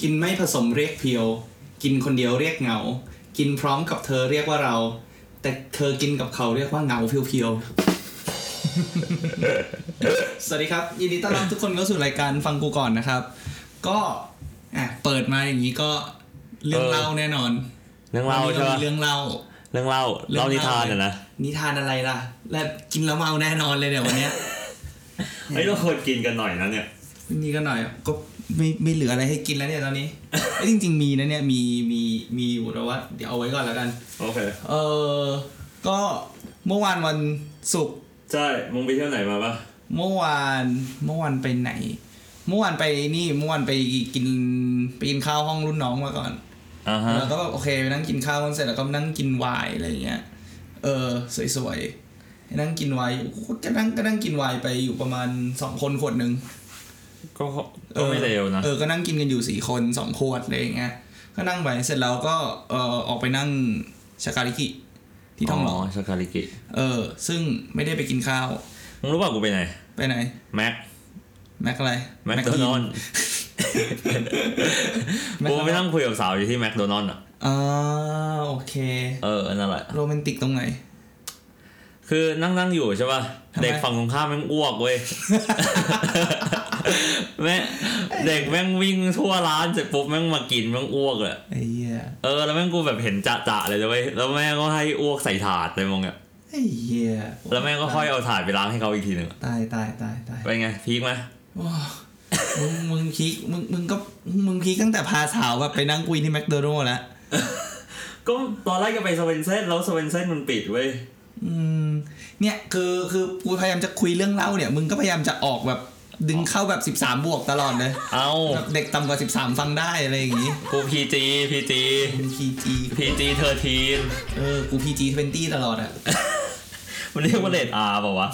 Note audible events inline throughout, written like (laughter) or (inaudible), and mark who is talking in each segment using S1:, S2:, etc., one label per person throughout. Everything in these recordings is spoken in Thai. S1: กินไม่ผสมเรียกเพียว กินคนเดียวเรียกเหงา กินพร้อมกับเธอเรียกว่าเรา แต่เธอกินกับเขาเรียกว่าเหงาเพียวๆ (laughs) สวัสดีครับ ยินดีต้อนรับทุกคนเข้าสู่รายการฟังกูก่อนนะครับ ก็อ่ะเปิดมาอย่างนี้ก็เรื่องเล่าแน่นอน
S2: เรื่องเล่า
S1: วันนี้
S2: ใช่
S1: เรา
S2: ปะ
S1: มีเรื่องเล่า
S2: เรื่องเล่า
S1: เรื่อง
S2: เล่านิทาน
S1: เล่า
S2: อ่ะนะ
S1: นิทานอะไรล่ะ และกินแล้วเมาแน่นอนเลยเดี๋ยววันเนี้ย
S2: ไอ้ยเราควรกินกันหน่อยนะเนี่ย
S1: นี่ก็หน่อยก็ไม่ไม่เหลืออะไรให้กินแล้วเนี่ยตอนนี้ ไอ้ยจริง ๆ มีนะเนี่ยมีมีมีอยู่แต่ว่าเดี๋ยวเอาไว้ก่อนแล้วกัน
S2: โอเค
S1: เออก็เมื่อวานวันศุกร์
S2: ใช่มึงไปเที่ยวไหนมาปะ
S1: เมื่อวานเมื่อวานไปไหน เมื่อวานไปนี่เมื่อวานไปกินไปกินข้าวห้องรุ่นน้องมาก่อน
S2: อ่าฮะ
S1: แล้วก็แบบโอเคไปนั่งกินข้าวกันเสร็จแล้วก็นั่งกินไวน์อะไรอย่างเงี้ย เออสวยๆให้นั่งกินไวน์อยู่ก็นั่งก็นั่งกินไวน์ไปอยู่ประมาณสองคนขวดหนึ่ง
S2: ก็ก็ไม่เลวนะ
S1: เออ ก็นั่งกินกันอยู่สี่คนสองขวดอะไรอย่างเงี้ย ก็นั่งไปเสร็จแล้วก็เออออกไปนั่งชาการิกิที่ท้องหลอ
S2: ชาคาริกิ
S1: เออ ซึ่งไม่ได้ไปกินข้าว
S2: มึงรู้ป่ะกูไปไหน
S1: ไปไหน
S2: แม็ก
S1: แม็กอะไร
S2: แม็กโด
S1: ที
S2: นัลด์
S1: แม็ก
S2: กู
S1: อะไร
S2: ไปนั่งคุยกับสาวอยู่ที่แม็กโดนัลด์อ่ะ
S1: อ่าโอเค
S2: เออนั่นแหละ
S1: โรแมนติกตรงไหน
S2: คือนั่งนั่งอยู่ใช่ป่ะ
S1: ทำไม
S2: เด็กฝั่งตรงข้ามแม่งอ้วก (laughs) เว้ยแม่เด็กแม่งวิ่งทั่วร้านเสร็จปุ๊บแม่งมากินแม่งอ้วกเลย
S1: ไอ้เหี้ย
S2: เออแล้วแม่งกูแบบเห็นจะจะๆเลยนะเว้ยแล้วแม่งก็ให้อ้วกใส่ถาดเลยมึงอะ
S1: ไอ้เหี้ย
S2: แล้วแม่งก็ค่อยเอาถาดไปล้างให้เขาอีกทีหนึ่งอะ
S1: ตายตายตายตาย
S2: เป็นไงพีคไหม
S1: ว้าวมึงมึงพีคมึงมึงก็มึงพีคตั้งแต่พาสาวแบบไปนั่งคุยที่แมคโดนัลล์แล้ว
S2: ก็ตอนแรกจะไปสเวนเซ่นแล้วสเวนเซ่นมันปิดเว้ย
S1: อืมเนี่ยคือคือกูพยายามจะคุยเรื่องเล่าเนี่ย มึงก็พยายามจะออกแบบดึงเข้าแบบ 13 บวกตลอดเลย
S2: เอา
S1: แบบเด็กต่ำกว่า 13 ฟังได้อะไรอย่างงี้
S2: กูพีจีพีจี
S1: เป็น PG
S2: พีจีเธอทีน
S1: เออ กู PG 20ตลอดอะ
S2: มันเรียกว่าเลดอาร์ป่าวะ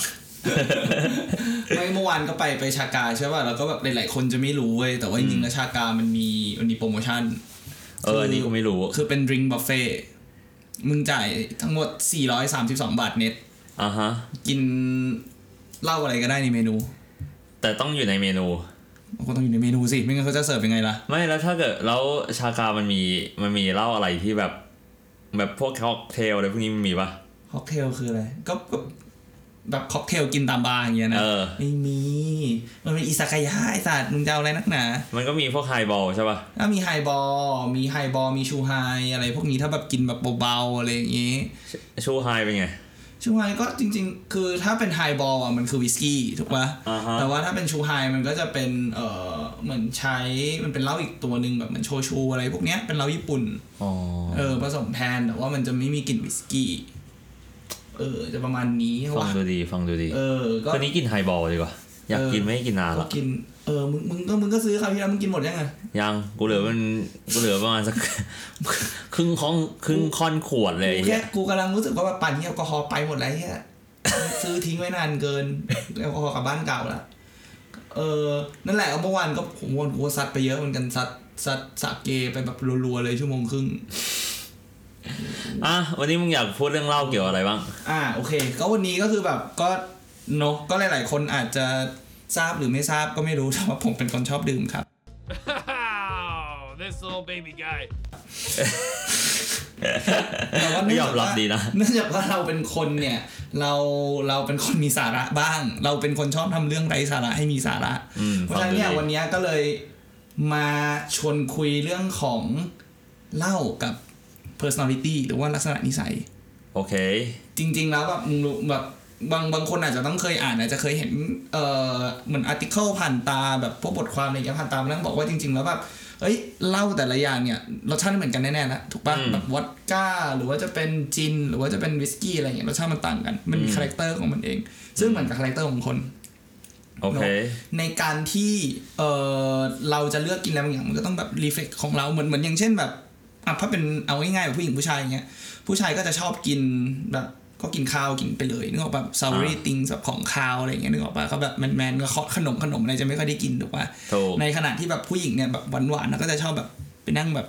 S2: (laughs)
S1: ไม่เมื่อวานก็ไปไปชากาใช่ป่ะ แล้วก็แบบหลายๆคนจะไม่รู้เว้ย แต่ว่าจริงๆแล้วชากามันมีมันมีโปรโมชั่น
S2: เอออันนี้กูไม่รู้
S1: คือเป็นดริงบัฟเฟ่มึงจ่ายทั้งหมด 432 บาทเน็ต
S2: อ่ะฮะ
S1: กินเหล้าอะไรก็ได้ในเมนู
S2: แต่ต้องอยู่ในเมนู
S1: ก็ต้องอยู่ในเมนูสิไม่งั้นเขาจะเสิร์ฟยังไงล่ะ
S2: ไม่แล้วถ้าเกิดแล้วชากามันมีมันมีเหล้าอะไรที่แบบ แบบพวกค็อกเทลอะไรพวกนี้มันมีปะ
S1: ค็อกเทลคืออะไรก็ก็แบบค็อกเทลกินตามบาร์อย่างเงี้ยนะ
S2: เออ
S1: ไม่มี มันเป็นอิสากายะไอสัตว์มึงจะเอาอะไรนักหนา
S2: มันก็มีพวกไฮบอลใช่ปะ
S1: ถ้ามีไฮบอลมีไฮบอลมีชูไฮอะไรพวกนี้ถ้าแบบกินแบบเบาๆอะไรอย่างงี้
S2: ชูไฮเป็นไง
S1: ชูไฮก็จริง ๆ คือถ้าเป็นไฮบอลอ่ะมันคือวิสกี้ถูกปะ
S2: อ่าฮะ
S1: แต่ว่าถ้าเป็นชูไฮมันก็จะเป็นเออเหมือนใช้มันเป็นเหล้าอีกตัวหนึ่งแบบเหมือนโชชูอะไรพวกเนี้ยเป็นเหล้าญี่ปุ่น
S2: อ๋อ
S1: เออผสมแทนแต่ว่ามันจะไม่มีกลิ่นวิสกี้เออจะประมาณนี้
S2: ฟัง
S1: ว่ะ
S2: ดูดี ฟังดูดี
S1: เออก็
S2: คืนนี้กินไฮบอลดีกว่า อยากกิน
S1: เออ
S2: ไม่ได้กินนาน
S1: ก็
S2: ละ
S1: กิน เออ มึง มึงก็ มึงก็ซื้อคราวที่แล้วมึงกินหมดยังไง
S2: ยัง กูเหลือมัน กูเหลือประมาณสัก (laughs) ครึ่งของครึ่งค่อนขวดเลย
S1: กูแค่กูกำลังรู้สึกว่าแบบปั่นที่แอลกอฮอล์ไปหมดแล้ว (laughs) เนี่ยซื้อทิ้งไว้นานเกิน แอลกอฮอล์กลับบ้านเก่าละ เออ นั่นแหละเมื่อวานก็ผมวนกูก็ซัดไปเยอะเหมือนกันซัดซัดสาเกไปแบบรัวๆเลยชั่วโมงครึ่ง
S2: อ่ะ วันนี้มึงอยากพูดเรื่องเล่าเกี่ยวอะไรบ้าง
S1: อ่าโอเค ก็วันนี้ก็คือแบบก็เนอะก็หลาย ๆ คนอาจจะทราบหรือไม่ทราบก็ไม่รู้แต่ว่าผมเป็นคนชอบดื่มครับ
S3: (laughs) this little baby guy.
S1: แต่ว่า
S2: ไม่
S1: เนื่
S2: ย
S1: ง
S2: อม
S1: จาก
S2: รับ
S1: ว่า
S2: ดีนะ
S1: เนื่องจากว่าเราเป็นคนเนี่ย เราเราเป็นคนมีสาระบ้าง เราเป็นคนชอบทำเรื่องไร้สาระให้มีสาระ
S2: อืม
S1: เพราะ
S2: ฟั
S1: ฉะ
S2: ง
S1: นั้น
S2: ดู
S1: เนี่ย
S2: ดี
S1: วันเนี้ยก็เลยมาชวนคุยเรื่องของเหล่ากับ personality หรือว่าลักษณะนิสัย
S2: โอเค
S1: จริง ๆ แล้วแบบมึงรู้แบบบางบางคนอาจจะต้องเคยอ่านอาจจะเคยเห็นเอ่อเหมือนอาร์ติเคิลผ่านตาแบบพวกบทความอะไรอย่างเงี้ยผ่านตามานั่งบอกว่าจริง ๆ แล้วแบบเอ้ยเหล้าแต่ละอย่างเนี่ยรสชาติไม่เหมือนกันแน่ๆนะถูกปะ
S2: อืม
S1: แบบวอดก้า หรือว่าจะเป็นจิน หรือว่าจะเป็นวิสกี้อะไรอย่างเงี้ยรสชาติมันต่างกัน มันมีคาแรคเตอร์ของมันเอง ซึ่งเหมือนกับคาแรคเตอร์ของคน
S2: โอเค
S1: ในการที่เออเราจะเลือกกินอะไรบางอย่างมันก็ต้องแบบรีเฟกของเราเหมือนเหมือนอย่างเช่นแบบอ่ะถ้าเป็นเอาง่ายๆแบบผู้หญิงผู้ชายอย่างเงี้ยผู้ชายก็จะชอบกินแบบก็กินข้าวกินไปเลยนึกออกปะแบบซาวรี่
S2: อ่า
S1: ติงแบบของข้าวอะไรอย่างเงี้ยนึกออกปะเขาแบบแมนๆก็เคาะขนมขนมอะไรจะไม่ค่อยได้กินถูกปะ
S2: ถูก
S1: ในขณะที่แบบผู้หญิงเนี่ยแบบหวานๆแล้วก็จะชอบแบบไปนั่งแบบ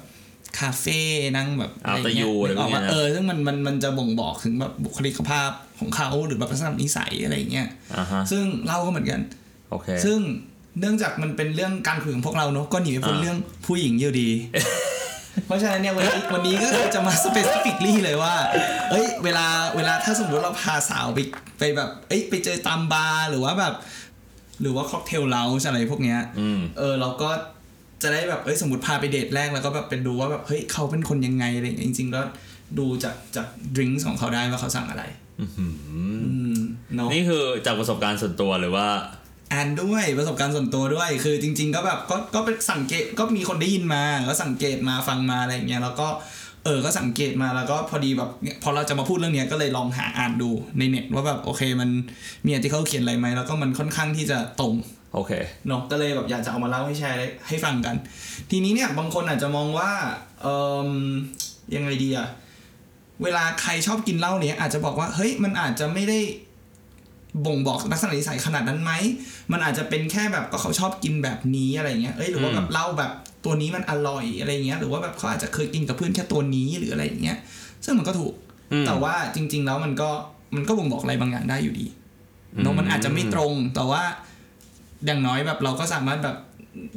S1: คาเฟ่นั่งแบบอะไรเงี้
S2: After you อะไร
S1: นึกออก
S2: พวก
S1: ปะ
S2: เนี้ยนะ
S1: เออซึ่งมันมันมันจะบ่งบอกถึงแบบบุคลิกภาพของเขาหรือแบบลักษณะนิสัยอะไรอย่างเงี้ย
S2: อ่ะฮะ
S1: ซึ่งเราก็เหมือนกัน
S2: โอเค
S1: ซึ่ง เนื่องจากมันเป็นเรื่องการคุยของพวกเราเนอะก็หนีไม่พ้น
S2: อ่า
S1: เรื่องผู้หญิงอยู่
S2: (laughs)
S1: ดี เพราะฉะนั้นเนี่ยวันนี้วันนี้ก็คือจะมาสเปซิฟิกลี่เลยว่า เอ้ย เวลาเวลาถ้าสมมติเราพาสาวไปไปแบบ เอ้ยไปเจอตามบาร์หรือว่าแบบ หรือว่าค็อกเทลเลาส์อะไรพวกเนี้ย
S2: อืม
S1: เออเราก็จะได้แบบเอ้ยสมมติพาไปเดทแรกแล้วก็แบบเป็นดูว่าแบบเฮ้ยเขาเป็นคนยังไงอะไรอย่างเงี้ยจริงๆแล้วดูจากจากดริงก์ของเขาได้ว่าเขาสั่งอะไร อืมเนาะ
S2: นี่คือจากประสบการณ์ส่วนตัวหรือว่า
S1: แอนด้วยประสบการณ์ส่วนตัวด้วย คือจริง ๆ ก็แบบก็ก็เป็นสังเกตก็มีคนได้ยินมาก็สังเกตมาฟังมาอะไรอย่างเงี้ยแล้วก็เออก็สังเกตมาแล้วก็พอดีแบบเนี่ยพอเราจะมาพูดเรื่องเนี้ยก็เลยลองหาอ่านดูในเน็ตว่าแบบโอเคมันมีอาร์ติเคิลเขียนอะไรไหมแล้วก็มันค่อนข้างที่จะตรง
S2: โอเค
S1: เนาะก็เลยแบบอยากจะเอามาเล่าให้แชร์ได้ให้ฟังกัน ทีนี้เนี่ยบางคนอาจจะมองว่าเอ่มยังไงดีอะเวลาใครชอบกินเหล้าเนี่ยอาจจะบอกว่าเฮ้ยมันอาจจะไม่ได้บ่งบอกลักษณะนิสัยขนาดนั้นไหมมันอาจจะเป็นแค่แบบก็เขาชอบกินแบบนี้อะไรเงี้ยเอ้ยหรือว่า
S2: อืม
S1: แบบเหล้าแบบตัวนี้มันอร่อยอะไรเงี้ยหรือว่าแบบเขาอาจจะเคยกินกับเพื่อนแค่ตัวนี้หรืออะไรอย่างเงี้ยซึ่งมันก็ถูก
S2: อืม
S1: แต่ว่าจริง ๆ แล้วมันก็มันก็บ่งบอกอะไรบางอย่างได้อยู่ดีเนอะมันอาจจะไม่ตรงแต่ว่าอย่างน้อยแบบเราก็สามารถแบบ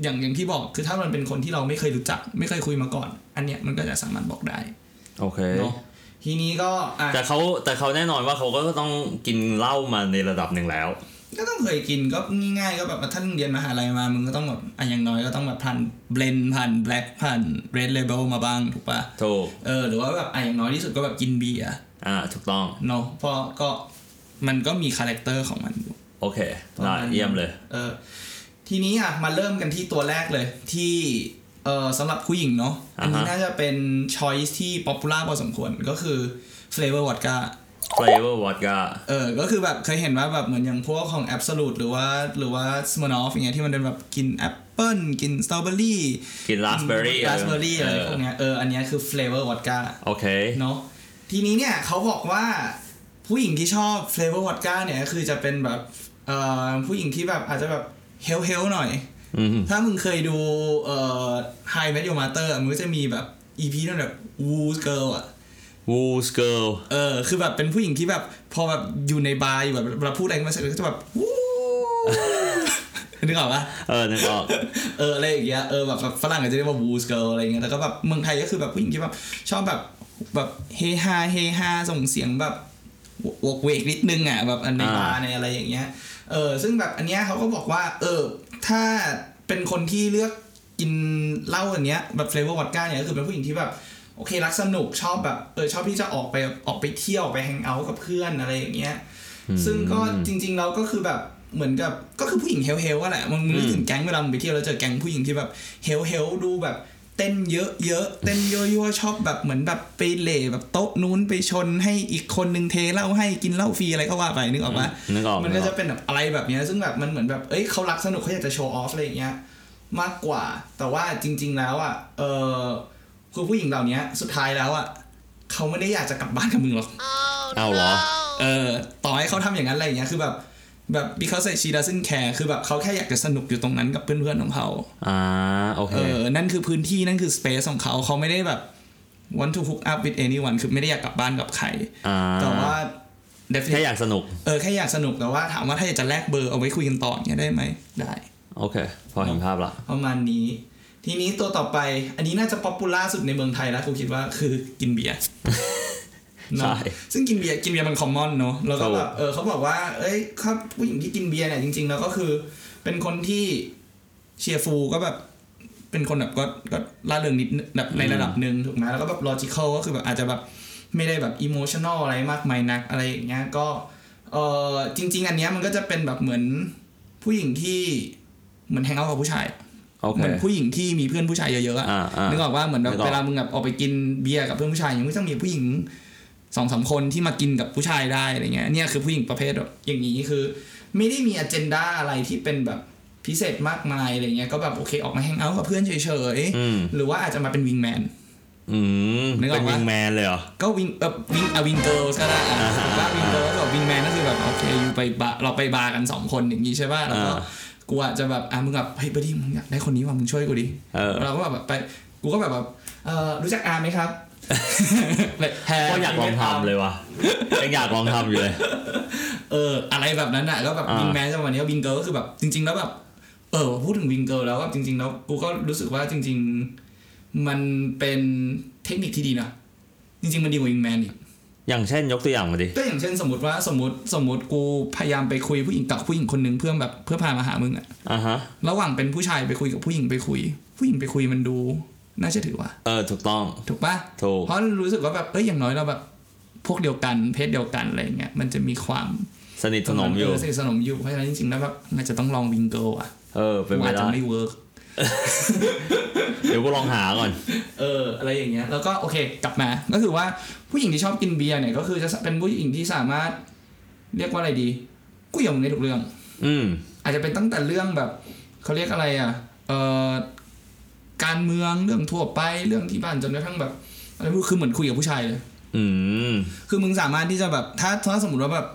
S1: อย่างอย่างที่บอกคือถ้ามันเป็นคนที่เราไม่เคยรู้จัก ไม่เคยคุยมาก่อน อันเนี้ยมันก็จะสามารถบอกได้
S2: โอเค
S1: เนอะทีนี้ก็อ่ะ
S2: แต่เขาแต่เขาแน่นอนว่าเขาก็ต้องกินเหล้ามาในระดับหนึ่งแล้ว
S1: ก็ต้องเคยกินก็ง่ายๆก็แบบว่าท่านเรียนมหาลัยมามึงก็ต้องแบบอ่ะอย่างน้อยก็ต้องแบบผ่านเบลนผ่านแบล็คผ่านเรดเลเบลมาบ้างถูกปะ
S2: ถูก
S1: เออหรือว่าแบบอ่ะอย่างน้อยที่สุดก็แบบกินเบียร์
S2: อ่า ถูกต้อง
S1: เนาะเพราะก็มันก็มีคาแรคเตอร์ของมันอยู่
S2: โอเค
S1: ประมา
S2: น่า
S1: ณนั้น
S2: เยี่ยมเลย
S1: เออทีนี้อ่ะมาเริ่มกันที่ตัวแรกเลยที่เออสำหรับผู้หญิงเนาะอันนี้
S2: อ่าฮะ
S1: น่าจะเป็นช้อยที่ป๊อปปูล่าพอสมควรก็คือ flavor vodka
S2: flavor vodka
S1: เออก็คือแบบเคยเห็นว่าแบบเหมือนอย่างพวกของ absolute หรือว่าหรือว่า smirnoff อย่างเงี้ยที่มันเป็นแบบกินแอปเปิ้ลกินสตรอเบอรี่
S2: กิน raspberry
S1: ลาสเบอรี่อะไรพวก
S2: ย
S1: เนี้ยเอออันเนี้ยคือ flavor vodka
S2: โอเค
S1: เนาะทีนี้เนี่ยเขาบอกว่าผู้หญิงที่ชอบ flavor vodka เนี่ยก็คือจะเป็นแบบเอ่อผู้หญิงที่แบบอาจจะแบบเฮลเฮลหน่อย
S2: อืม
S1: ถ้ามึงเคยดูเอ่อ High Met Your Mother อะมึงก็จะมีแบบ EP นั่นแบบ Woo Girl อ่ะ
S2: Woos girl
S1: เออ คือแบบเป็นผู้หญิงที่แบบ พอแบบอยู่ในบาร์อยู่แบบเราพูดอะไรมาเสร็จก็จะแบบ Woo (laughs) นึกออกปะ
S2: เออนึกออก
S1: (laughs) เออ อะไรอย่างเงี้ย เออแบบแบบฝรั่งอาจจะเรียกว่า Woo Girl อะไรเงี้ย แล้วก็แบบเมืองไทยก็คือแบบผู้หญิงที่แบบ ชอบแบบแบบเฮฮาเฮฮาส่งเสียงแบบวกเวกนิดนึงอ่ะแบบอันในบาร์ในอะไรอย่างเงี้ย เออซึ่งแบบอันเนี้ยเขาก็บอกว่า เออ ถ้าเป็นคนที่เลือกกินเหล้าอันเนี้ยแบบเฟลเวอร์วอดก้าเนี่ยก็คือเป็นผู้หญิงที่แบบ โอเค รักสนุกชอบแบบเออชอบที่จะออกไปออกไปเที่ยวไปแฮงเอาท์กับเพื่อนอะไรอย่างเงี้ย ซึ่งก็จริงๆเราก็คือแบบเหมือนกับก็คือผู้หญิงเฮลเฮลว่าแหละมันนึกถึงแก๊งเวลามึงไปเที่ยวแล้วเจอแก๊งผู้หญิงที่แบบเฮลเฮลดูแบบเต้นเยอะเยอะเต้นเยอะๆชอบแบบเหมือนแบบไปเหล่แบบโต๊ะนู้นไปชนให้อีกคนนึงเทเหล้าให้กินเหล้าฟรีอะไรก็ว่าไปนึกออกปะ
S2: นึกออก
S1: มันก็
S2: อ
S1: จะเป็นแบบอะไรแบบเนี้ยซึ่งแบบมันเหมือนแบบ เอ้ยเขารักสนุกเขาอยากจะโชว์ออฟอะไรอย่างเงี้ยมากกว่า แต่ว่าจริง ๆ แล้วอ่ะ เออคือผู้หญิงเหล่าเนี้ยสุดท้ายแล้วอ่ะเขาไม่ได้อยากจะกลับบ้านกับมึงหรอก
S2: เอาเหรอ
S1: เออ ต่อให้เขาทำอย่างนั้นอะไรอย่างเงี้ย คือแบบ แบบ because she doesn't care คือแบบเขาแค่อยากจะสนุกอยู่ตรงนั้นกับเพื่อนๆของเขา
S2: อ่า โอเค
S1: เออ นั่นคือพื้นที่ นั่นคือ space ของเขา เขาไม่ได้แบบ want to hook up with anyone คือไม่ได้อยากกลับบ้านกับใคร
S2: อ่า
S1: แต่ว่า
S2: แค่
S1: definitely
S2: อยากสนุก
S1: เออแค่อยากสนุกแต่ว่าถามว่าถ้าอยากจะแลกเบอร์เอาไว้คุยกันต่ออย่างเนี้ยได้ไหมได้
S2: โอเค พอเห็นภาพละ
S1: ประมาณนี้ ทีนี้ตัวต่อไป อันนี้น่าจะป๊อปปูล่าสุดในเมืองไทยแล้วกูคิดว่าคือกินเบีย
S2: (laughs)
S1: ร์เน
S2: ใช่
S1: อะซึ่งกินเบียร์กินเบียร์มันคอมมอนเนอะแล้วก็
S2: ถูก
S1: แบบเออเขาบอกว่า เอ้ยครับผู้หญิงที่กินเบียร์เนี่ยจริงๆแล้วก็คือ เป็นคนที่เชียร์ฟูลก็แบบ เป็นคนแบบก็ก็ล่าเริงนิดนึงแบบในระดับหนึ่งถูกไหมแล้วก็แบบลอจิคอลก็คือแบบอาจจะแบบไม่ได้แบบอิโมชันอลอะไรมากมายนักอะไรอย่างเงี้ยก็เออจริง ๆ อันเนี้ยมันก็จะเป็นแบบเหมือนผู้หญิงที่เหมือนแฮงเอาท์กับผู้ชาย
S2: โอ
S1: เห
S2: เค
S1: มือนผู้หญิงที่มีเพื่อนผู้ชายเยอะๆอะ
S2: อ่าอ่า
S1: นึกออกว่าเหมือนแบบ
S2: นึกออก
S1: เวลามึงแบบออกไปกินเบียร์กับเพื่อนผู้ชายยังไม่ต้องมีผู้หญิงสองสามคนที่มากินกับผู้ชายได้อะไรเงี้ยเนี่ยคือผู้หญิงประเภทแบบอย่างนี้คือ ไม่ได้มีอเจนดาอะไรที่เป็นแบบพิเศษมากมายอะไรเงี้ยก็แบบโอเคออกมาแฮงเอาท์กับเพื่อนเฉย
S2: อืม
S1: ๆหรือว่าอาจจะมาเป็นวิงแมน
S2: อืม
S1: นึกอ
S2: เป็
S1: อน กปะ
S2: วิงแมนเลยเหรอ
S1: ก็วิงเออวิงอะวิงเกิลก็ได้อะถูกปะวิงเกิลกับวิงแมนก็คือแบบโอเคอยู่ไปบาร์เราไปบาร์กันสองคนอย่างนี้ใช่ป่ะแล้วก็
S2: อ่า
S1: กูอาจจะแบบอ่ะมึงแบบเฮ้ยบดี้มึงอยากได้คนนี้ว่ะมึงช่วยกูดิ
S2: เออ
S1: เราก็แบบไปกูก็แบบแบบเอ่อรู้จักอาร์มไหม
S2: (laughs)
S1: ครับ แบบแฮร์
S2: ก็อยากลองทำเลยว่ะ ยังอยากลองทำอยู่เลย
S1: เออ อะไรแบบนั้นอ่ะแล้วแบบ
S2: อ่า
S1: วิงแมนจังหวะนี้วิงเกิลก็คือแบบจริง ๆ แล้วแบบ เ เออพูดถึงวิงเกิลแล้วว่าจริง ๆ แล้วกูก็รู้สึกว่าจริง ๆ มันเป็นเทคนิคที่ดีนะจริง ๆ มันดีกว่าวิงแมนอีก
S2: อย่างเช่นยกตัวอย่างมาดิ
S1: ก็อย่างเช่นสมมติว่าสมมติสมมติกูพยายามไปคุยผู้หญิงกับผู้หญิงคนหนึงเพื่อแบบเพื่อพามาหามึงอะ
S2: อ่ะฮะ
S1: ระหว่างเป็นผู้ชายไปคุยกับผู้หญิงไปคุย ผู้หญิงไปคุยมันดู น่าเชื่อถือว่ะ
S2: เออถูกต้อง
S1: ถูกปะ
S2: ถูก
S1: เพราะรู้สึกว่าแบบเอ้ยอย่างน้อยเราแบบพวกเดียวกันเพศเดียวกันอะไรอย่างเงี้ยมันจะมีความ
S2: สนิทสนมอยู่
S1: เสนิทสนมอยู่เพราะฉะนั้นจริงๆแล้วแบบอาจจะต้องลองวิงเกิลอ่ะ
S2: เออเป็นไป
S1: อาจจะ
S2: ได้
S1: ไม่เวิร์ก
S2: เดี๋ยวกูลองหาก่อน
S1: เอออะไรอย่างเงี้ยแล้วก็โอเคกลับมา ก็คือว่าผู้หญิงที่ชอบกินเบียร์เนี่ยก็คือจะเป็นผู้หญิงที่สามารถ เรียกว่าอะไรดีกูยอมในทุกเรื่อง
S2: อืม
S1: อาจจะเป็นตั้งแต่เรื่องแบบเขาเรียกอะไรอ่ะเอ่อการเมืองเรื่องทั่วไปเรื่องที่บ้านจนกระทั่งแบบอะไรไม่รู้คือเหมือนคุยกับผู้ชายเลย
S2: อืม
S1: คือมึงสามารถที่จะแบบถ้าถ้าสมมติว่าแบบ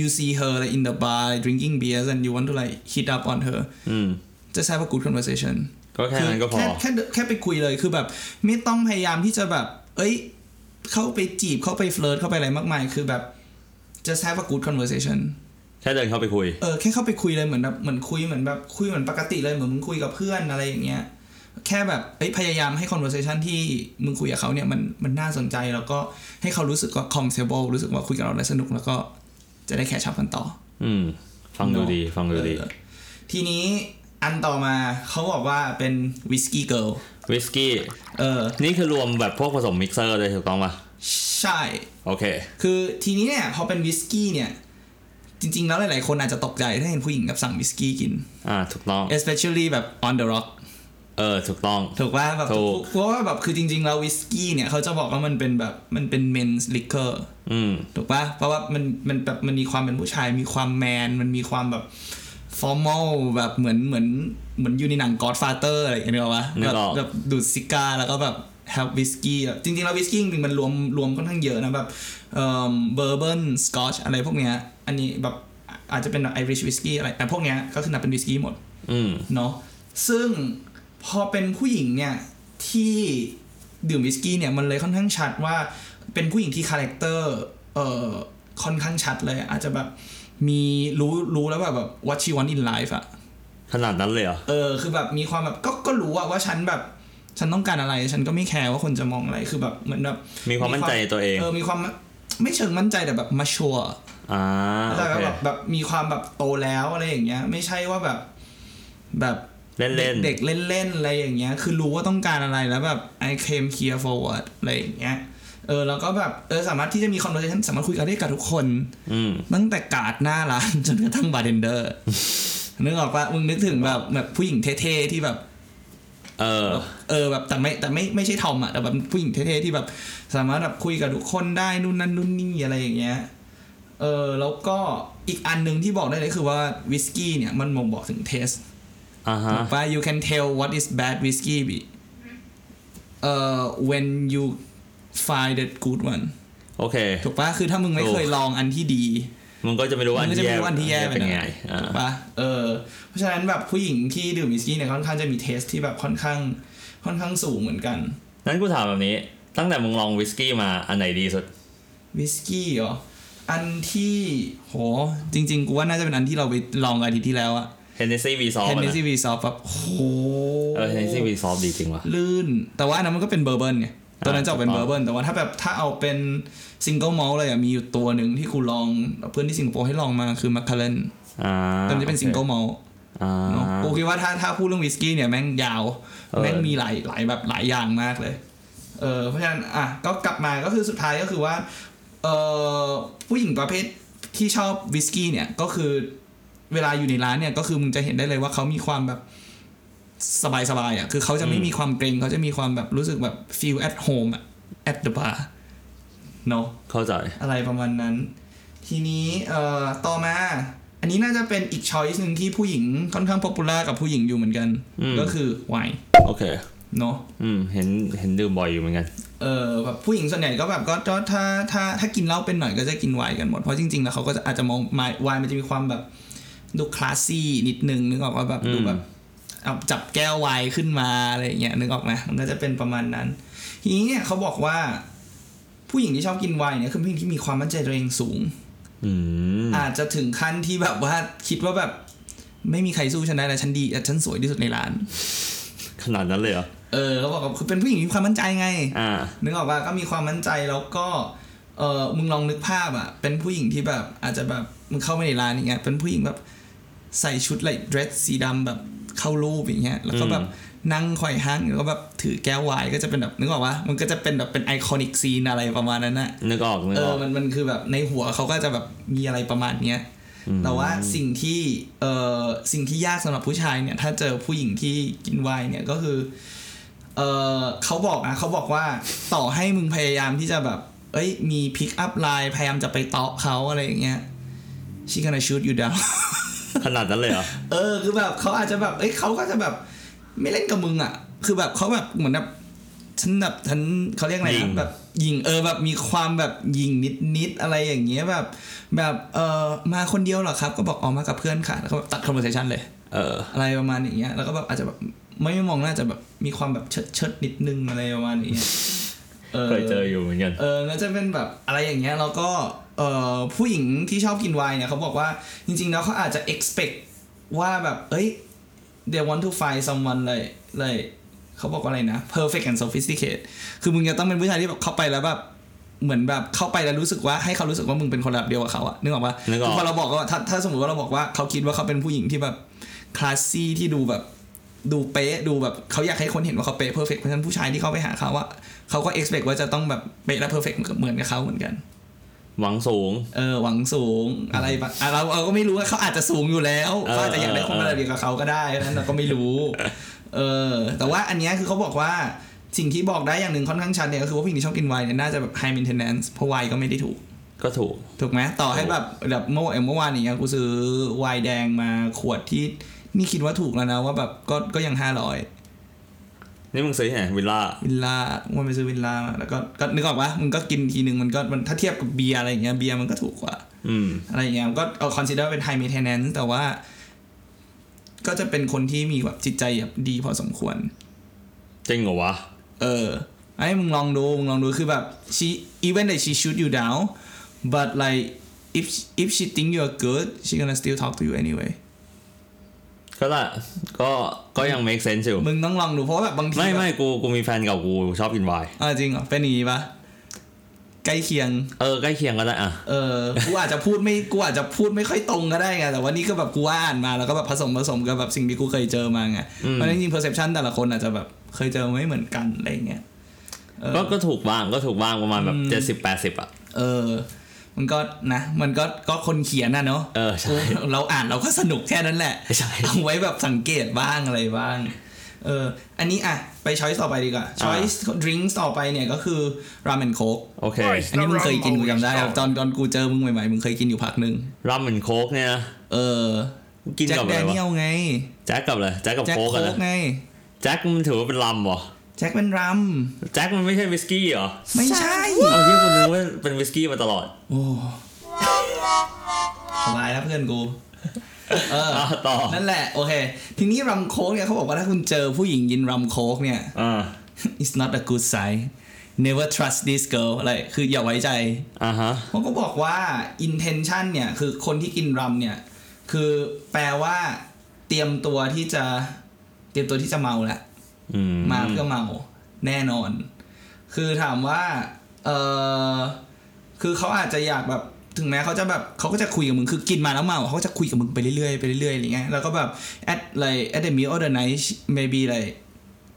S1: you see her like, in the bar like, drinking beers and you want to like hit up on her
S2: อืม
S1: just have a good conversation
S2: ก็แค่นั้นก็พอ
S1: แค่แค่แค่ไปคุยเลยคือแบบ ไม่ต้องพยายามที่จะแบบ เอ้ย เข้าไปจีบเข้าไปเฟลิร์ตเข้าไปอะไรมากมาย คือแบบ just have a good conversation
S2: แค่เดินเข้าไปคุย
S1: เออแค่เข้าไปคุยเลยเหมือนแบบเหมือนคุยเหมือนแบบคุยเหมือนปกติเลยเหมือนมึงคุยกับเพื่อนอะไรอย่างเงี้ยแค่แบบเอ้ยพยายามให้ conversation ที่มึงคุยกับเขาเนี่ยมันมันน่าสนใจแล้วก็ให้เขารู้สึกว่า comfortable รู้สึกว่าคุยกับเราได้สนุกแล้วก็จะได้แคชชัพกันต่อ
S2: อืม ฟังดูดี ฟังดูดี
S1: เออทีนี้อันต่อมาเขาบอกว่าเป็น whiskey girl
S2: วิสกี้
S1: เออ
S2: นี่คือรวมแบบพวกผสมมิกเซอร์เลยถูกต้องป่ะ
S1: ใช่
S2: โอเค
S1: คือทีนี้เนี่ยพอเป็นวิสกี้เนี่ย จริง ๆ แล้วหลาย ๆ คนอาจจะตกใจถ้าเห็นผู้หญิงกับสั่งวิสกี้กิน
S2: อ่า ถูกต้อง
S1: especially แบบ on the rock
S2: เออ ถูกต้อง
S1: ถูกว่าแบบ
S2: ถูก
S1: เพราะว่าแบบคือจริงๆแล้ววิสกี้เนี่ยเขาจะบอกว่ามันเป็นแบบมันเป็น men's liquor
S2: อืม
S1: ถูกป่ะเพราะว่ามันมันแบบมันมีความเป็นผู้ชาย มีความแมน มันมีความแบบ formal แบบเหมือนเหมือนเหมือนอยู่ในหนัง Godfather อะไรอย่างเงี้ยนึกออกปะ
S2: นึ
S1: แบ
S2: ก
S1: บ
S2: ออก
S1: แบบดูดซิก้าแล้วก็แบบ have whiskey อะจริงๆแล้ววิสกี้จริงๆมันรวมรวมค่อนข้างเยอะนะแบบเอ่อ bourbon scotch อะไรพวกเนี้ยอันนี้แบบอาจจะเป็น Irish whiskey อะไรแต่พวกเนี้ยก็คือนับเป็นวิสกี้หมด
S2: อืม
S1: เนาะซึ่งพอเป็นผู้หญิงเนี่ยที่ดื่มวิสกี้เนี่ยมันเลยค่อนข้างชัดว่าเป็นผู้หญิงที่คาแรคเตอร์เอ่อค่อนข้างชัดเลย อาจจะแบบมีรู้รู้แล้วแบบแบบ what she want in life อะ
S2: ขนาดนั้นเลยเหรอ
S1: เออคือแบบมีความแบบก็ก็รู้อะว่าฉันแบบฉันต้องการอะไร ฉันก็ไม่แคร์ว่าคนจะมองอะไรคือแบบเหมือนแบบ
S2: มีความมั่นใจในตัวเอง
S1: เออมีความไม่เชิงมั่นใจแต่แบบมาชัว
S2: อ่า โอ
S1: แต่
S2: เค
S1: แบบแบบมีความแบบโตแล้วอะไรอย่างเงี้ยไม่ใช่ว่าแบบแบบ
S2: เล่นเล่น
S1: เด็กๆเล่นๆอะไรอย่างเงี้ย คือรู้ว่าต้องการอะไรแล้วแบบ I came here forward อะไรอย่างเงี้ย เออแล้วก็แบบเออสามารถที่จะมี conversation สามารถคุยกันได้กับทุกคน
S2: อืม
S1: ตั้งแต่การ์ดหน้าร้าน (laughs) จนกระทั่งบาร์เทนเดอร์ นึกออกปะมึงนึกถึงแบบแบบผู้หญิงเท่ๆที่แบบ
S2: เออ
S1: เออแบบแต่ไม่แต่ไม่ไม่ใช่ทอมอะแต่แบบผู้หญิงเท่ๆที่แบบ สามารถแบบคุยกับทุกคนได้นู่นนั่นนู่นนี่อะไรอย่างเงี้ยเออแล้วก็อีกอันหนึ่งที่บอกได้เลยคือว่าวิสกี้เนี่ยมันบ่งบอกถึงเทส
S2: อ่าฮะ
S1: ถูกปะ you can tell what is bad whiskey be uh when you find the good one
S2: โอเค
S1: ถูกปะคือถ้ามึงไม่
S2: ถูก
S1: เคยลองอันที่ดี
S2: มันก็จะไม่รู้ว่า
S1: มึง
S2: อัน
S1: ก็จะ
S2: ที่
S1: ไม่
S2: แย่
S1: รู้อันที่แย่
S2: เป็นไง อ่า
S1: ถูกปะเออเพราะฉะนั้นแบบผู้หญิงที่ดื่มวิสกี้เนี่ยค่อนข้างจะมีเทสที่แบบค่อนข้างค่อนข้างสูงเหมือนกัน
S2: นั้นกูถามแบบนี้ ตั้งแต่มึงลองวิสกี้มา อันไหนดีสุด
S1: วิสกี้เหรออันที่โหจริง ๆ กูว่าน่าจะเป็นอันที่เราไปลองกันอาทิตย์ที่แล้วอะ
S2: เฮนเนซี่วีซอฟ
S1: Hennessy V Soft แบบโห
S2: เออเฮนเนซี่วีซอฟดีจริงว่ะ
S1: ลื่น แต่ว่าอันนั้นมันก็เป็นเบอร์เบิร์นไงตอนนั้นจะออกเป็น
S2: ถูก
S1: เบ
S2: ต้
S1: อ
S2: อง
S1: ร์เบิร์นแต่ว่าถ้าแบบถ้าเอาเป็นซิงเกิลมอลเลยอ่ะมีอยู่ตัวหนึ่งที่กูลองเพื่อนที่สิงคโปร์ให้ลองมาคือมาคาเรน
S2: อ่า
S1: ตอนนี้เป็นซิงเกิลมอล
S2: อ่า
S1: เนาะกูคิดว่าถ้าถ้าพูดเรื่องวิสกี้เนี่ยแม่งยาว
S2: เออ
S1: แม่งมีหลายหลายแบบหลายอย่างมากเลย เออเพราะฉะนั้นอ่ะก็กลับมาก็คือสุดท้ายก็คือว่าเออผู้หญิงประเภทที่ชอบวิสกี้เนี่ยก็คือเวลาอยู่ในร้านเนี่ยก็คือมึงจะเห็นได้เลยว่าเขามีความแบบสบายๆอ่ะคือเขาจะไม่มีความเกรงเขาจะมีความแบบรู้สึกแบบ feel at home อ่ะ at the bar เนาะ
S2: เข้าใจ
S1: อะไรประมาณนั้น ทีนี้เอ่อต่อมา อันนี้น่าจะเป็นอีกช้อยส์หนึ่งที่ผู้หญิงค่อนข้างป๊อปปูล่ากับผู้หญิงอยู่เหมือนกัน
S2: อืม
S1: ก็คือไวน์
S2: โอเค
S1: เนาะ
S2: อืม เห็น เห็นดื่มบ่อยอยู่เหมือนกัน
S1: เออแบบผู้หญิงส่วนใหญ่ก็แบบก็ก็ถ้าถ้าถ้ากินเหล้าเป็นหน่อยก็จะกินไวน์กันหมด เพราะจริงๆ แล้วเขาก็จะอาจจะมองไวน์ไวน์มันจะมีความแบบดูคลาสซี่นิดนึงนึกออกว่าแบบ
S2: อืม
S1: ดูแบบเอาจับแก้วไวน์ขึ้นมาอะไรอย่างเงี้ยนึกออกไหมมันก็จะเป็นประมาณนั้น ทีนี้เนี่ยเขาบอกว่า ผู้หญิงที่ชอบกินไวน์เนี่ยคือผู้หญิงที่มีความมั่นใจตัวเองสูง
S2: อืม
S1: อาจจะถึงขั้นที่แบบว่าคิดว่าแบบ ไม่มีใครสู้ฉันได้นะฉันดีฉันสวยที่สุดในร้าน
S2: ขนาดนั้นเลยเหรอ
S1: เออเขาบอกว่าคือเป็นผู้หญิงมีความมั่นใจไง
S2: อ่า
S1: นึกออกป่ะก็มีความมั่นใจแล้วก็เออมึงลองนึกภาพอ่ะ เป็นผู้หญิงที่แบบอาจจะแบบมึงเข้าไปในร้านอย่างเงี้ยเป็นผู้หญิงแบบใส่ชุดไลท์เดรสสีดำแบบเข้ารูปอย่างเงี้ยแล้วก็แบบ
S2: อืม
S1: นั่งคอยห้างแล้วก็แบบถือแก้วไวน์ก็จะเป็นแบบนึกออกป่ะมันก็จะเป็นแบบเป็นไอคอนิกซีนอะไรประมาณนั้นอะ
S2: นึกออกนึก
S1: เอ
S2: อ
S1: อ
S2: อก
S1: มันมันคือแบบในหัวเขาก็จะแบบมีอะไรประมาณเนี้ย แต่ว่าสิ่งที่เอ่อสิ่งที่ยากสำหรับผู้ชายเนี่ย ถ้าเจอผู้หญิงที่กินไวน์เนี่ยก็คือเอ่อเขาบอกนะเขาบอกว่าต่อให้มึงพยายามที่จะแบบ เอ้ยมีพิกอัพไลน์พยายามจะไปเตาะเขาอะไรอย่างเงี้ย she gonna shoot you down
S2: ขนาดนั้นเลยเหรอ
S1: เออคือแบบเขาอาจจะแบบ เอ้ยเขาก็จะแบบไม่เล่นกับมึงอ่ะ คือแบบเขาแบบเหมือนแบบฉันแบบฉันเขาเรียกอะไรนะแบบหยิงเออแบบมีความแบบหยิงนิดนิดๆอะไรอย่างเงี้ยแบบ แบบเออมาคนเดียวเหรอครับ ก็บอกออกมากับเพื่อนค่ะแล้วก็แบบตัด conversation เลย
S2: เออ
S1: อะไรประมาณอย่างเงี้ยแล้วก็แบบอาจจะแบบไม่มองหน่าจะแบบมีความแบบเชิดเชิดๆนิดนึงอะไรประมาณอย่างเงี้ยเออ
S2: เคยเจออยู่เหมือนกัน
S1: เออแล้วจะเป็นแบบอะไรอย่างเงี้ยแล้วก็เออผู้หญิงที่ชอบกินไวน์เนี่ยเขาบอกว่าจริง ๆ แล้วเขาอาจจะ expect ว่าแบบเอ้ย they want to find someone เลยเลยเขาบอกว่าอะไรนะ perfect and sophisticated คือมึงจะต้องเป็นผู้ชายที่แบบเข้าไปแล้วแบบเหมือนแบบเข้าไปแล้วรู้สึกว่าให้เขารู้สึกว่ามึงเป็นคนระดับเดียวกับเขาอะนึกออกปะ
S2: นึกออก
S1: คือพอเราบอกว่าถ้าถ้าสมมติว่าเราบอกว่าเขาคิดว่าเขาเป็นผู้หญิงที่แบบคลาสซี่ที่ดูแบบ ดูเป๊ะดูแบบเขาอยากให้คนเห็นว่าเขาเป๊ะเพอร์เฟกต์เพราะฉะนั้นผู้ชายที่เข้าไปหาเขาว่าเขาก็ expect ว่าจะต้องแบบเป๊ะและเพอร์เฟกต์เหมือนกับเขาเหมือนกัน
S2: หวังสูง
S1: เออหวังสูงอะไรแบบอ่ะเราเราก็ไม่รู้ว่าเขาอาจจะสูงอยู่แล้ว
S2: เออ
S1: เขาอาจจะอยากได้คน
S2: เออ
S1: ระดับเดียวกับเขาก็ได้เพราะฉะนั้นเราก็ไม่รู้ เออ แต่ว่าอันเนี้ยคือเขาบอกว่าสิ่งที่บอกได้อย่างหนึ่งค่อนข้างชัดเนี่ยก็คือว่าผู้หญิงที่ชอบกินไวน์เนี่ยน่าจะแบบ high maintenance เพราะไวน์ก็ไม่ได้ถูก
S2: ก็ถูก
S1: ถูกไหมต่อให้แบบแบบเมื่อเมื่อวานอย่างเงี้ยกูซื้อไวน์แดงมาขวดที่นี่คิดว่าถูกแล้วนะว่าแบบก็ก็ยังห้าร้อย
S2: นี่มึงซื้อที่ไหนวิลล่า
S1: วิลล่ามันไปซื้อวิลล่ามาแล้วก็ก็นึกออกปะมึงก็กินทีหนึ่งมันก็มันถ้าเทียบกับเบียร์อะไรอย่างเงี้ยเบียร์มันก็ถูกกว่า
S2: อืม
S1: อะไรอย่างเงี้ยมันก็เอาคอนซิเดอร์เป็นไฮ i ม t เทนแนนซ์แต่ว่า ก็จะเป็นคนที่มีแบบจิตใจแบบดีพอสมควร
S2: จริงเหรอวะ
S1: เออไอ้มึงลองดูมึงลองดูคือแบบ she even that she shoot you down but like if if she think you're good she gonna still talk to you anyway
S2: ก็ละก็ ก็ยัง make sense อยู่
S1: มึงต้องลองดูเพราะว่าแบบบางที
S2: ไม่ไม่
S1: แบบ
S2: กู กูมีแฟนเก่ากูชอบกินไวน์
S1: อ่าจริงเหรอเป็นอย่างงี้ปะใกล้เคียง
S2: เออ ใกล้เคียงก็ได้อ่ะ
S1: เออ กูอาจจะพูดไม่กูอาจจะพูดไม่ค่อยตรงก็ได้ไง แต่ว่านี่ก็แบบกูว่าอ่านมาแล้วก็แบบผสมผสมกับแบบสิ่งที่กูเคยเจอมาไง
S2: อืม
S1: เพราะฉะนั้นจริง perception แต่ละคนอาจจะแบบเคยเจอไม่เหมือนกันอะไรอย่างเงี้ย เออ
S2: ก็ ก็ถูกบ้าง ก็ถูกบ้างประมาณแบบเจ็ดสิบแปดสิบอ่ะ
S1: เออ มันก็นะ มันก็ก็คนเขียนนะเนาะ
S2: เออ ใช่
S1: กูเราอ่านเราก็สนุกแค่นั้นแหละ
S2: ใช่
S1: เอาไว้แบบสังเกตบ้างอะไรบ้าง เออ อันนี้อ่ะ ไปช้อยส์ต่อไปดีกว่า ช้อยส์ดริงก์ต่อไปเนี่ยก็คือราเมนโคก
S2: โอเค
S1: อันนี้มึงเคยกินกูจำได้ตอนตอนกูเจอมึงใหม่ๆมึงเคยกินอยู่พักหนึ่ง
S2: รัมเหมือนโคกเนี่ยนะ
S1: เออ
S2: กิน
S1: แจ็ค
S2: กับอะ
S1: แด
S2: ไร
S1: เนียวล
S2: ะ
S1: ไง
S2: แจ็คกับอะไร แจ็คกับ
S1: แจ็ค
S2: โคก
S1: โคก
S2: อะนะ
S1: ไง
S2: แจ็คมันถือว่าเป็นรัมเหรอ
S1: แจ็คเป็นรัม
S2: แจ็คมันไม่ใช่วิสกี้เหรอ
S1: ไม่ใช่
S2: เอาที่คุณรู้ว่าเป็นวิสกี้มาตลอด
S1: โอ้สบายแล้วเพื่อนกู เออ
S2: อ่ะต่อ
S1: นั่นแหละ โอเค ทีนี้รัมโคกเนี่ยเขาบอกว่าถ้าคุณเจอผู้หญิงกินรัมโคกเนี่ย
S2: อ่า
S1: it's not a good sign never trust this girl อะไร คืออย่าไว้ใจ
S2: อ่าฮะ
S1: เขาก็บอกว่า intention เนี่ย คือคนที่กินรัมเนี่ย คือแปลว่า เตรียมตัวที่จะ เตรียมตัวที่จะเมาแหละ
S2: อืม
S1: มาเพื่อเมาแน่นอน คือถามว่า เออคือเขาอาจจะอยากแบบถึงแม้เขาจะแบบเขาก็จะคุยกับมึงคือกินมาแล้วเมาเขาก็จะคุยกับมึงไปเรื่อยๆไปเรื่อยๆอะไรเงี้ยแล้วก็แบบ at like at the middle of the night maybe like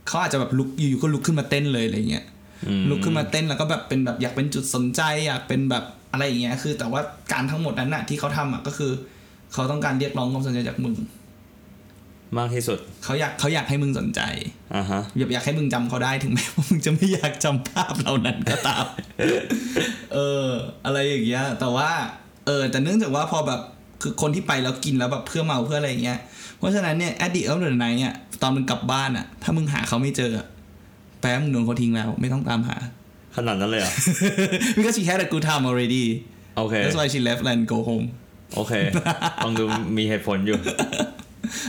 S1: เขาอาจจะแบบลุกอยู่ๆก็ลุกขึ้นมาเต้นเลยอะไรเงี้ย
S2: อืม
S1: ลุกขึ้นมาเต้นแล้วก็แบบเป็นแบบอยากเป็นจุดสนใจอยากเป็นแบบอะไรอย่างเงี้ยคือ แต่ว่าการทั้งหมดนั้นน่ะที่เขาทำอ่ะก็คือ เขาต้องการเรียกร้องความสนใจจากมึง
S2: มากที่สุด
S1: เขาอยากเขาอยากให้มึงสนใจ
S2: อ่าฮะ
S1: อยากอยากให้มึงจำเขาได้ถึงแม้ว่ามึงจะไม่อยากจำภาพเหล่านั้นก็ตาม (laughs) เออ อะไรอย่างเงี้ย แต่ว่า เออ แต่เนื่องจากว่าพอแบบคือคนที่ไปแล้วกินแล้วแบบเพื่อเมาเพื่ออะไรอย่างเงี้ย เพราะฉะนั้นเนี่ย at the end of the night เนี่ยตอนมึงกลับบ้านอะถ้ามึงหาเขาไม่เจออะแปลว่ามึงโดนเขาทิ้งแล้วไม่ต้องตามหา (laughs)
S2: ขนาดนั้นเลยเหรอ่ะ
S1: because she had a good time already
S2: โอเค
S1: that's why she left and go home
S2: โอเคฟังดูมีเหตุผลอยู่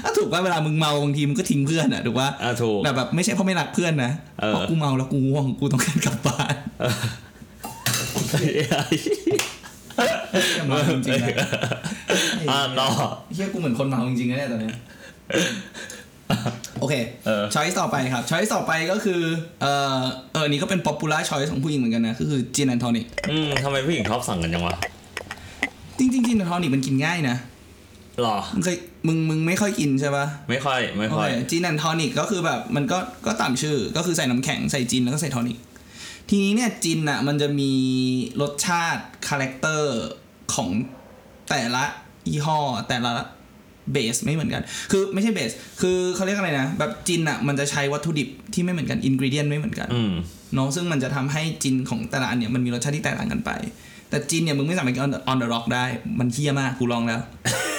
S1: อ่ะถูกป่ะเวลามึงเมาบางทีมึงก็ทิ้งเพื่อนอะถูกป่ะ
S2: อ่ะถูก
S1: แต่แบบไม่ใช่เพราะไม่รักเพื่อนนะ
S2: เอ
S1: เพ
S2: อ
S1: ราะกูเมาแล้วกูง่วงกูต้องการกลับบ้าน
S2: เออ
S1: เหี้ยเมาจริงๆนะ
S2: อ่าต่อ
S1: เฮียกูเหมือนคนเมาจริงๆนะเนี่ยตอนเนี้ยโอเค
S2: เออ
S1: ช้อยส์ต่อไปครับ ช้อยส์ต่อไปก็คือ เออเออนี่ก็เป็นป๊อปปูล่าช้อยส์ของผู้หญิงเหมือนกันนะ ก็คือจินแอนโทนิก
S2: อืมทำไมผู้หญิงชอบสั่งกันจังวะ
S1: จริงๆจินแอนโทนิกมันกินง่ายนะ
S2: หรอ
S1: มึงเคย มึง มึงไม่ค่อยกินใช่ปะ
S2: ไม่ค่อย ไม่
S1: โอ
S2: ค่อย
S1: เคจินแอนโทนิกก็คือแบบ มันก็ ก็ตามชื่อ ก็คือใส่น้ำแข็ง ใส่จินแล้วก็ใส่โทนิก ทีนี้เนี่ยจินอ่ะ มันจะมีรสชาติ คาแรคเตอร์ของแต่ละยี่ห้อ แต่ละเบสไม่เหมือนกัน คือไม่ใช่เบส คือเขาเรียกอะไรนะ แบบจินอ่ะ มันจะใช้วัตถุดิบที่ไม่เหมือนกัน อินกรีเดียนไม่เหมือนกัน
S2: อืม
S1: เนาะซึ่งมันจะทำให้จินของแต่ละอันเนี่ยมันมีรสชาติที่แตกต่างกันไป แต่จินเนี่ยมึงไม่สามารถกิน on the- on the rock ได้ มันเฮี้ยมากกูลองแล้ว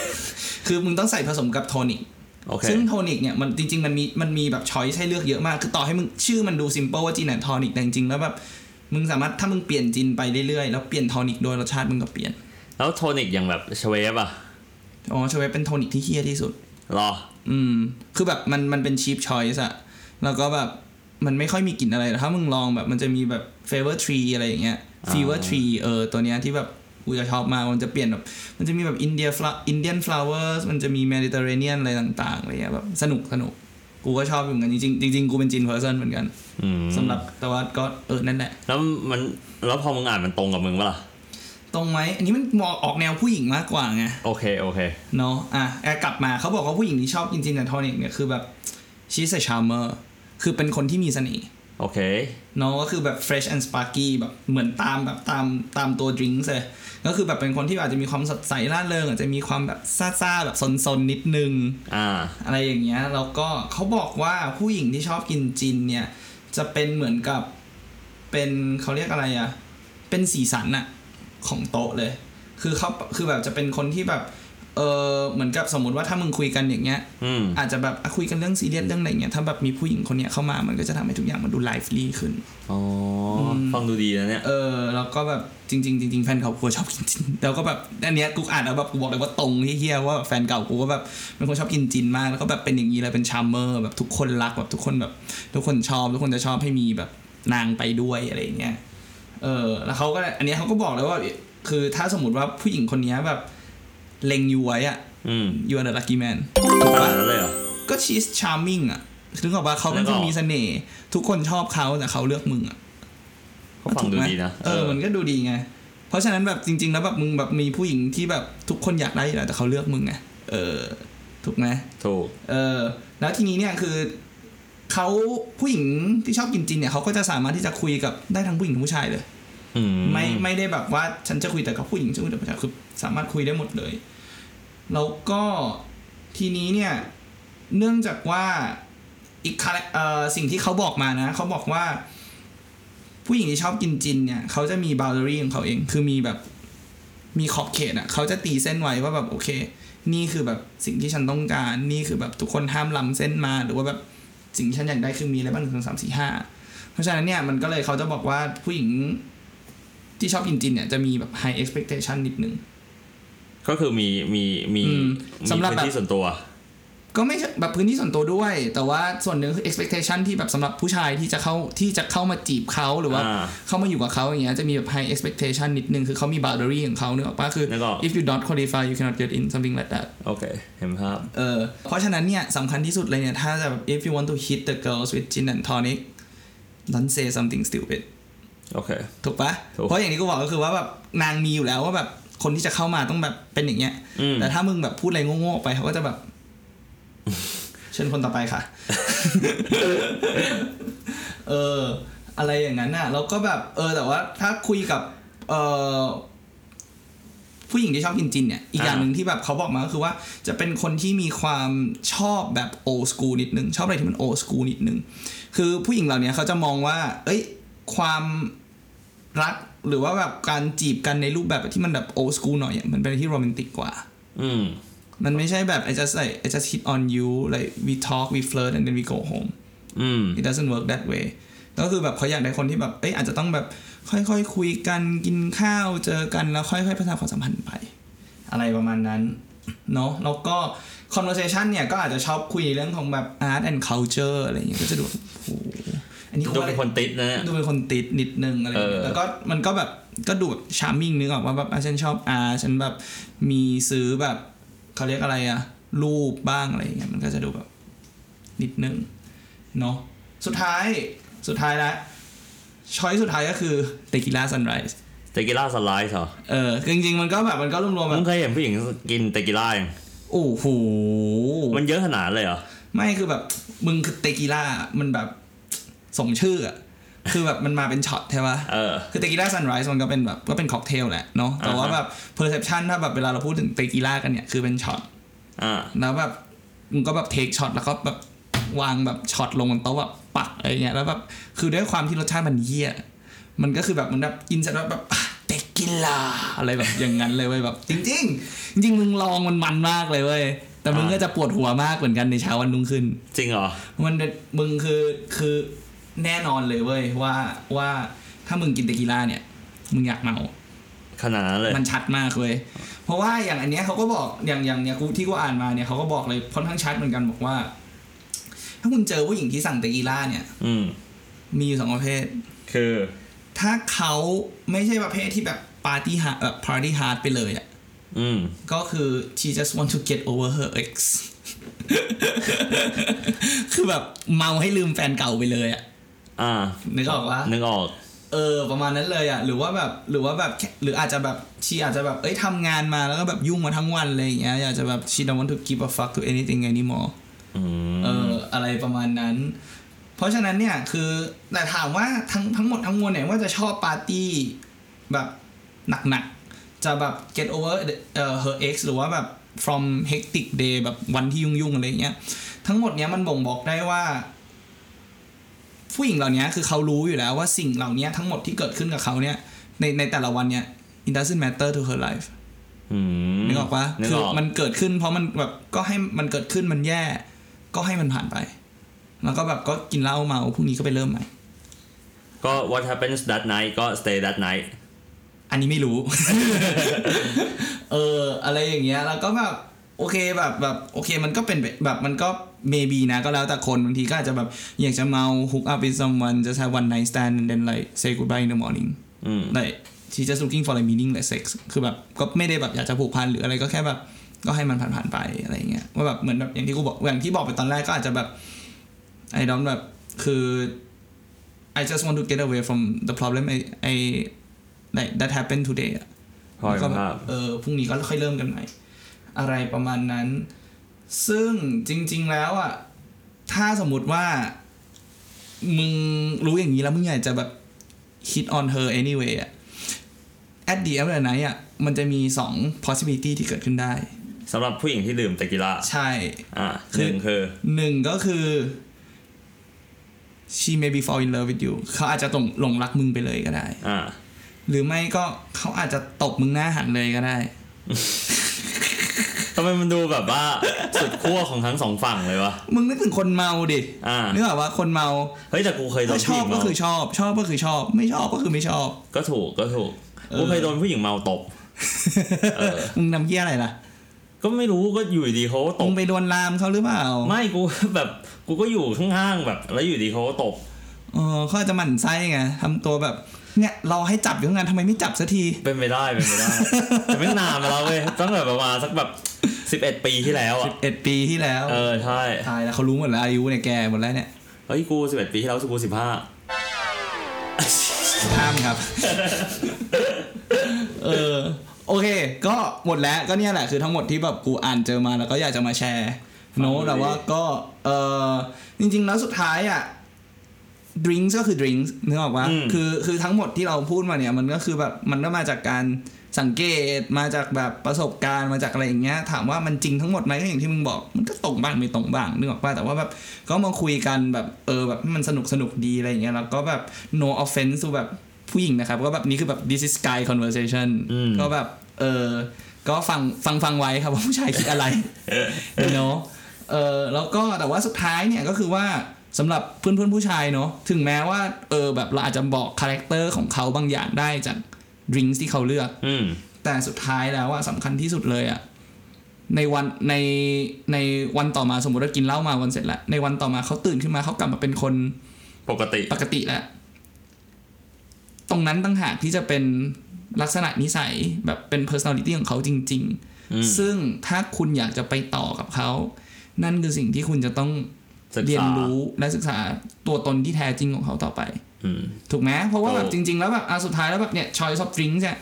S1: (laughs) คือมึงต้องใส่ผสมกับโทนิก
S2: โอเค
S1: ซึ่งโทนิกเนี่ยมันจริง ๆ มันมีมันมีแบบช้อยให้เลือกเยอะมาก คือต่อให้มึงชื่อมันดู s ิมเ l e ว่าจินแอนโทนิกแต่จริงๆแล้วแบบมึงสามารถถ้ามึงเปลี่ยนจินไปเรื่อยๆแล้วเปลี่ยนโทนิกโดยรสชาติมึงก็เปลี่ยน
S2: แล้วโทนิกอย่างแบบเชเวฟอะ
S1: อ๋อชเวฟเป็นโทนิกที่เฮี้ยที่สุด
S2: หรอ
S1: อืม คือแบบมันมันเป็นชีพชอยส์อะแล้วก็แบบมันไม่ค่อยมีกลิ่นอะไรแต่ถ้ามึงลองแบบมันจะมีแบบเฟเวอร์ทรีอะไรอย่างเงี้ย
S2: อ่า
S1: ฟีเวอร์ทรีเออตัวเนี้ยที่แบบกูจะชอบมากมันจะเปลี่ยนแบบมันจะมีแบบอินเดียฟลาอินเดียนฟลาวเวอร์สมันจะมีเมดิเตอร์เรเนียนอะไรต่างๆอะไรเงี้ยแบบสนุกสนุกกูก็ชอบอยู่เหมือนกันจริงๆจริงๆกูเป็นจีนเพอร์เซนเหมือนกัน
S2: อืม
S1: สำหรับแต่ว่าก็เออนั่นแหละ
S2: แล้วมันแล้วพอมึงอ่านมันตรงกับมึงปะล่ะ
S1: ตรงไหมอันนี้มันมองออกแนวผู้หญิงมากกว่าไง
S2: โอเค โอเค
S1: เนาะอ่ะแอร์กลับมาเขาบอกว่าผู้หญิงที่ชอบกินจินแอนโทนิกเนี่ยคือแบบชีสชาร์เมอร์คือเป็นคนที่มีเสน่ห์
S2: โอเค
S1: เนาะก็คือแบบ fresh and sparky แบบเหมือนตามแบบตามตามตัวดริงก์เลยก็คือแบบเป็นคนที่อาจจะมีความสดใสร่าเริงอาจจะมีความแบบซ่าๆ แบบซนๆ นิดนึง
S2: อ่า
S1: อะไรอย่างเงี้ยแล้วก็เขาบอกว่าผู้หญิงที่ชอบกินจินเนี่ย จะเป็นเหมือนกับเป็นเขาเรียกอะไรอะเป็นสีสันอะของโต๊ะเลย คือเขาคือแบบจะเป็นคนที่แบบเออเหมือนกับสมมติว่าถ้ามึงคุยกันอย่างเงี้ย
S2: อืม
S1: อาจจะแบบอ่ะคุยกันเรื่องซีเรียสเรื่องอะไรเงี้ยถ้าแบบมีผู้หญิงคนเนี้ยเข้ามามันก็จะทำให้ทุกอย่างมันดูไลฟ์ลี่ขึ้น
S2: อ๋ออ
S1: ม
S2: ฟังดูดีนะเนี่ย
S1: เออแล้วก็แบบจริงๆจริงๆแฟนเก่ากูชอบกินจินแล้วก็แบบอันเนี้ยกูอ่านแล้วแบบกูบอกเลยว่าตรงที่เฮียว่าแบบแฟนเก่ากูก็แบบเป็นคนชอบกินจินมากแล้วก็แบบเป็นอย่างนี้เลยเป็นชาร์มเมอร์แบบทุกคนรักแบบทุกคนแบบ ทุกคนชอบทุกคนจะชอบให้มีแบบนางไปด้วยอะไรอย่างเงี้ยเออแล้วเขาก็อันเนี้ยเขาก็บอกเลยว่า คือถ้าสมมติว่าผู้หญิงคนเนี้ยแบบเล็งยูไว้อะ
S2: อืม
S1: ยูเดอร์ลักกี้แมน
S2: ขนาดนั้นเลยเหรอ
S1: ก็ชีสชาร์มมิ่งอ่ะถึงบอกว่าเขาเป็นคนมีเสน่ห์ทุกคนชอบเขาแต่เขาเลือกมึงอ่ะ
S2: ก็ฟังดูดีนะ
S1: เออ มันก็ดูดีไง เพราะฉะนั้นแบบจริง ๆ แล้วแบบมึงแบบมีผู้หญิงที่แบบทุกคนอยากได้อยู่แล้วแต่เขาเลือกมึงไง เออ ถูกไหม
S2: ถูก
S1: เออ แล้วทีนี้เนี่ยคือเขาผู้หญิงที่ชอบกินจินเนี่ยเขาก็จะสามารถที่จะคุยกับได้ทั้งผู้หญิงทั้งผู้ชายเลย
S2: อืม
S1: ไม่ไม่ได้แบบว่าฉันจะคุยแต่กับผู้หญิงฉันคุยแต่กับผู้ชายคือสามารถคุยได้หมดเลย แล้วก็ทีนี้เนี่ย เนื่องจากว่าอีกคาแรเอ่อสิ่งที่เขาบอกมานะ เขาบอกว่า ผู้หญิงที่ชอบกินจินเนี่ย เขาจะมีบาวเดอรี่ของเขาเอง คือมีแบบมีขอบเขตอะ่ะ เขาจะตีเส้นไว้ว่าแบบโอเค นี่คือแบบสิ่งที่ฉันต้องการ นี่คือแบบทุกคนห้ามล้ำเส้นมา หรือว่าแบบสิ่งที่ฉันอยากได้คือมีอะไรบ้างหนึ่งสองสามสี่ห้าเพราะฉะนั้นเนี่ยมันก็เลยเขาจะบอกว่าผู้หญิง ที่ชอบกินจินเนี่ยจะมีแบบ high expectation นิดนึง
S2: ก็คือมีมีมี
S1: อืม
S2: มี
S1: สำหรับ
S2: พื้น
S1: แบ
S2: ที่
S1: บ
S2: ส่วนตัว
S1: ก็ไม่ใช่แบบพื้นที่ส่วนตัวด้วย แต่ว่าส่วนหนึ่งคือ expectation ที่แบบสำหรับผู้ชายที่จะเข้าที่จะเข้ามาจีบเขาหรือว่า
S2: อ่า
S1: เข้ามาอยู่กับเขาอย่างเงี้ยจะมีแบบ high expectation นิดนึง คือเขามี boundary ของเขาเนกอะปะคือ
S2: นึกออก
S1: if you don't qualify you cannot get in something like that
S2: โอเค เห็นภาพ
S1: เออเพราะฉะนั้นเนี่ยสำคัญที่สุดเลยเนี่ย ถ้าจะแบบ if you want to hit the girls with gin and tonic don't say something stupid
S2: โอเค
S1: ถูกปะ
S2: ถูก
S1: เพราะอย่างที่กูบอกก็คือว่าแบบนางมีอยู่แล้วว่าแบบคนที่จะเข้ามาต้องแบบเป็นอย่างเงี้ย
S2: อืม
S1: แต่ถ้ามึงแบบพูดอะไรโง่ๆออกไปเขาก็จะแบบ เชิญคนต่อไป
S2: (laughs)
S1: ค่ะ เออ อะไรอย่างนั้นน่ะ แล้วก็แบบ เออ แต่ว่าถ้าคุยกับ เออผู้หญิงที่ชอบกินจินเนี่ย อีกอย่างหนึ่งที่แบบเขาบอกมาก็คือว่าจะเป็นคนที่มีความชอบแบบโอ h กูนิดนึง ชอบอะไรที่มันโอ h กูนิดนึง คือผู้หญิงเหล่านี้เขาจะมองว่า เอ้ย ความรักหรือว่าแบบการจีบกันในรูปแบบที่มันแบบโอ h กูหน่อยอะมันเป็นอะไรที่โรแมนติกกว่า
S2: อืม
S1: มันไม่ใช่แบบ I just like I just hit on you like we talk we flirt and then we go home
S2: อืม
S1: it doesn't work that way ก็คือแบบเขาอยากได้คนที่แบบ เอ้ยอาจจะต้องแบบค่อยๆ คุยกันกินข้าวเจอกันแล้วค่อยๆ พัฒนาความสัมพันธ์ไป อะไรประมาณนั้น เนาะแล้วก็ conversation เนี่ย ก็อาจจะชอบคุยเรื่องของแบบ art and culture อะไรอย่างเงี้ยก็จะดูแบบโอ้โหอัน นนี้
S2: ดู
S1: ว่าอะไร
S2: เป็นคนติดนะเนี่ย
S1: ดูเป็นคนติดนิดนึงอะไรอย่างเงี้
S2: เอย อ
S1: แล้วก็มันก็แบบก็ดูแบบชาร์มมิ่งนึกออกว่าแบบอ่ะฉันชอบอาฉันแบบมีซื้อแบบเขาเรียกอะไรอะรูปบ้างอะไรอย่างเงี้ยมันก็จะดูแบบ นิดนึงเนาะสุดท้ายสุดท้ายละช้อยสุดท้ายก็คือเตกิล่าซันไรส์
S2: เตกิล่าสไลด์เหรอ
S1: เออคือจริงๆมันก็แบบมันก็รวมๆแบ
S2: มึ
S1: บ
S2: งเคยเห็นผู้หญิงกินเตกิล่ายัง
S1: โอ้โห
S2: มันเยอะขนาดเลยเหรอ
S1: ไม่คือแบบมึงคือเตกิล่ามันแบบสมชื่ออะคือแบบมันมาเป็นช็อตใช่ปะ
S2: เออ
S1: คือเตกิล่าซันไรส์มันก็เป็นแบบก็เป็นค็อกเทลแหละเนาะแต่ว่า
S2: อ่าฮะ
S1: แบบเพอร์เซพชันถ้าแบบเวลาเราพูดถึงเตกิล่ากันเนี่ยคือเป็นช็อต
S2: อ่า
S1: แล้วแบบมึงก็แบบเทคช็อตแล้วก็แบบวางแบบช็อตลงบนโต๊ะแบบปักอะไรเงี้ยแล้วแบบคือด้วยความที่รสชาติมันเหี้ยมันก็คือแบบมันแบบกินเสร็จแล้วแบบอ่ะเตกิล่าอะไรแบบอย่างนั้นเลยเว้ยแบบจริง ๆ จริงๆมึงลองมันมันมากเลยเว้ยแต่มึง
S2: อ่า
S1: ก็จะปวดหัวมากเหมือนกันในเช้าวันรุ่งขึ้น
S2: จริงเหรอ
S1: มันเป็นมึงคือคือแน่นอนเลยเว้ยว่าว่าถ้ามึงกินเตกีล่าเนี่ย มึงอยากเมา
S2: ขนาดนั้นเลย
S1: มันชัดมากเว้ยเพราะว่าอย่างอันเนี้ยเขาก็บอกอย่างอย่างเนี่ยกูที่กูอ่านมาเนี่ยเขาก็บอกเลยค่อนข้างชัดเหมือนกันบอกว่า ถ้าคุณเจอผู้หญิงที่สั่งเตกีล่าเนี่ย
S2: อืม
S1: มีอยู่สองประเภท
S2: คือ
S1: ถ้าเขาไม่ใช่ประเภทที่แบบปาร์ตี้ฮาแบบปาร์ตี้ฮาร์ดไปเลยอ่ะ
S2: อืม
S1: ก็คือ she just want to get over her ex (laughs) คือแบบเมาให้ลืมแฟนเก่าไปเลยอ่ะ
S2: อ่า
S1: นึ
S2: นึ
S1: กออกปะ
S2: นึกออก
S1: เออประมาณนั้นเลยอ่ะหรือว่าแบบหรือว่าแบบแค่หรืออาจจะแบบชีอาจจะแบบเอ้ยทำงานมาแล้วก็แบบยุ่งมาทั้งวันอะไรอย่างเงี้ยอยากจะแบบ she don't want to give a fuck to anything anymore
S2: อืม
S1: เอออะไรประมาณนั้น เพราะฉะนั้นเนี่ยคือแต่ถามว่าทั้งทั้งหมดทั้งมวลเนี่ยว่าจะชอบปาร์ตี้แบบหนักๆ จะแบบ get over เอ่อ her ex หรือว่าแบบ from hectic day แบบวันที่ยุ่งๆ อะไรอย่างเงี้ยทั้งหมดเนี้ยมันบ่งบอกได้ว่า ผู้หญิงเหล่านี้คือเขารู้อยู่แล้วว่าสิ่งเหล่านี้ทั้งหมดที่เกิดขึ้นกับเขาเนี่ยในในแต่ละวันเนี่ย it doesn't matter to her life
S2: อืม
S1: นึกออกปะ
S2: นึก
S1: คือ
S2: ออก
S1: มันเกิดขึ้นเพราะมันแบบก็ให้มันเกิดขึ้นมันแย่ ก็ให้มันผ่านไป แล้วก็แบบก็กินเหล้าเมาพรุ่งนี้ก็ไปเริ่มใหม่
S2: ก็ what happens that night ก็ stay that night
S1: อันนี้ไม่รู้ (laughs) เออ อะไรอย่างเงี้ย แล้วก็แบบโอเคแบบแบบโอเคมันก็เป็นแบบมันก็ maybe นะก็แล้วแต่คนบางทีก็อาจจะแบบอยากจะเมา hook up with someone just have one night stand and then like say goodbye in the morning
S2: อืม
S1: like she just looking for like meaning like sex คือแบบก็ไม่ได้แบบอยากจะผูกพันหรืออะไรก็แค่แบบก็ให้มันผ่านๆไปอะไรอย่างเงี้ยว่าแบบเหมือนแบบอย่างที่กูบอกอย่างที่บอกไปตอนแรกก็อาจจะแบบ I don't แบบคือ I just want to get away from the problem I I like that happened today อะ
S2: พอ
S1: แล้ว
S2: เห็
S1: ก็
S2: น
S1: แบบ
S2: ภาพ
S1: เออพรุ่งนี้ก็ค่อยเริ่มกันใหม่ อะไรประมาณนั้น ซึ่งจริง ๆ แล้วอ่ะ ถ้าสมมติว่า มึงรู้อย่างนี้แล้วมึงอยากจะแบบ hit on her anyway อ่ะ at the end of the night อ่ะ มันจะมีสอง possibility ที่เกิดขึ้นได้
S2: สำหรับผู้หญิงที่ดื่มเตกิล่า
S1: ใช่
S2: อ่า
S1: คื
S2: ห
S1: อ
S2: นึ่งคือ
S1: หนึ่งก็คือ she may be fall in love with you เขาอาจจะตงหลงรักมึงไปเลยก็ได้
S2: อ่า
S1: หรือไม่ก็เขาอาจจะตบมึงหน้าหันเลยก็ได้
S2: ทำไมมันดูแบบ
S1: (laughs)
S2: ว่า สุดขั้วของทั้งสองฝั่งเลยวะ
S1: มึงนึกถึงคนเมาดิ
S2: อ่า
S1: นึกออกว่าคนเมา
S2: เฮ้ยแต่กูเคยโด
S1: ถ้าน ช
S2: ผู้
S1: อ
S2: ห
S1: บ
S2: ญิง
S1: ก็
S2: เมา
S1: คือชอบ ชอบก็คือชอบ ไม่ชอบก็คือไม่ชอบ
S2: ก็ถูกก็ถูก
S1: เออ
S2: กูเคยโดนผู้หญิงเมาตบ เออ
S1: มึงทำเหี้ยอะไรล่ะ
S2: ก็ไม่รู้ก็อยู่ดีเขาก็ต
S1: มึ
S2: บ
S1: งไปโดนลามเขาหรือเปล่า
S2: ไม่กู แบบกูก็อยู่ข้างๆแบบ แล้วอยู่ดีเขาก็ตบ
S1: เออเขาอาจจะหมั่นไส้ไงทำตัวแบบเนี่ยรอให้จับอยู่ตั้งนานทำไมไม่จับสักที
S2: เป็นไปได้เป็นไปได้ แต่ไม่นานมาแล้วเว้ยตั้งแต่ประมาณสักแบบสิบเอ็ดปีที่แล้วอ่ะ
S1: 11 ปีที่แล้ว
S2: เออใช่
S1: ตายแล้วเขารู้หมดแล้วอายุเนี่ยแกหมดแล้วเนี่ย
S2: เฮ้ยกูสิบเอ็ดปีที่แล้วกูสิบห้า
S1: ห้าม
S2: (laughs)
S1: ครับ เออโอเค ก็หมดแล้วก็เนี่ยแหละคือทั้งหมดที่แบบกูอ่านเจอมาแล้วก็อยากจะมาแชร์โน้ตแต่ว่าก็เออจริง ๆ แล้วสุดท้ายอ่ะ drinks ก็คือ drinks นึกออกปะ
S2: อืม
S1: คือคือทั้งหมดที่เราพูดมาเนี่ย มันก็คือแบบมันก็มาจากการสังเกตมาจากแบบประสบการณ์มาจากอะไรอย่างเงี้ย ถามว่ามันจริงทั้งหมดไหมก็อย่างที่มึงบอก มันก็ตรงบ้างไม่ตรงบ้างนึกออกปะแต่ว่าแบบก็มาคุยกันแบบเออแบบให้มันสนุกสนุกดีอะไรอย่างเงี้ยแล้วก็แบบ no offense สู่แบบผู้หญิงนะครับ ก็แบบนี้คือแบบ this is guy conversation
S2: อืม
S1: ก็แบบเออก็ฟังฟังฟังไว้ครับว่าผู้ชายคิดอะไร เนาะเออแล้วก็แต่ว่าสุดท้ายเนี่ยก็คือว่าสำหรับเพื่อนเพื่อนๆผู้ชายเนาะถึงแม้ว่าเออแบบเราอาจจะบอกคาแรคเตอร์ของเขาบางอย่างได้จากดริงก์ที่เขาเลือก
S2: อืม
S1: แต่สุดท้ายแล้วอะสำคัญที่สุดเลยอะในวันในในวันต่อมาสมมติว่ากินเหล้ามาวันเสร็จแล้วในวันต่อมาเขาตื่นขึ้นมาเขากลับมาเป็นคน
S4: ปกติ
S1: ปกติแล้วตรงนั้นต่างหากที่จะเป็นลักษณะนิสัยแบบเป็น personality ของเขาจริง
S4: อืม
S1: ๆ ซึ่งถ้าคุณอยากจะไปต่อกับเขา นั่นคือสิ่งที่คุณจะต้อง
S4: ศึกษา
S1: เรียนรู้และศึกษาตัวตนที่แท้จริงของเขาต่อไป
S4: อืม
S1: ถูกไหมเพราะว่า
S4: ถูก
S1: แบบจริง ๆ แล้วแบบอ่ะสุดท้ายแล้วแบบเนี่ยชอยซอฟดริงเนี่ย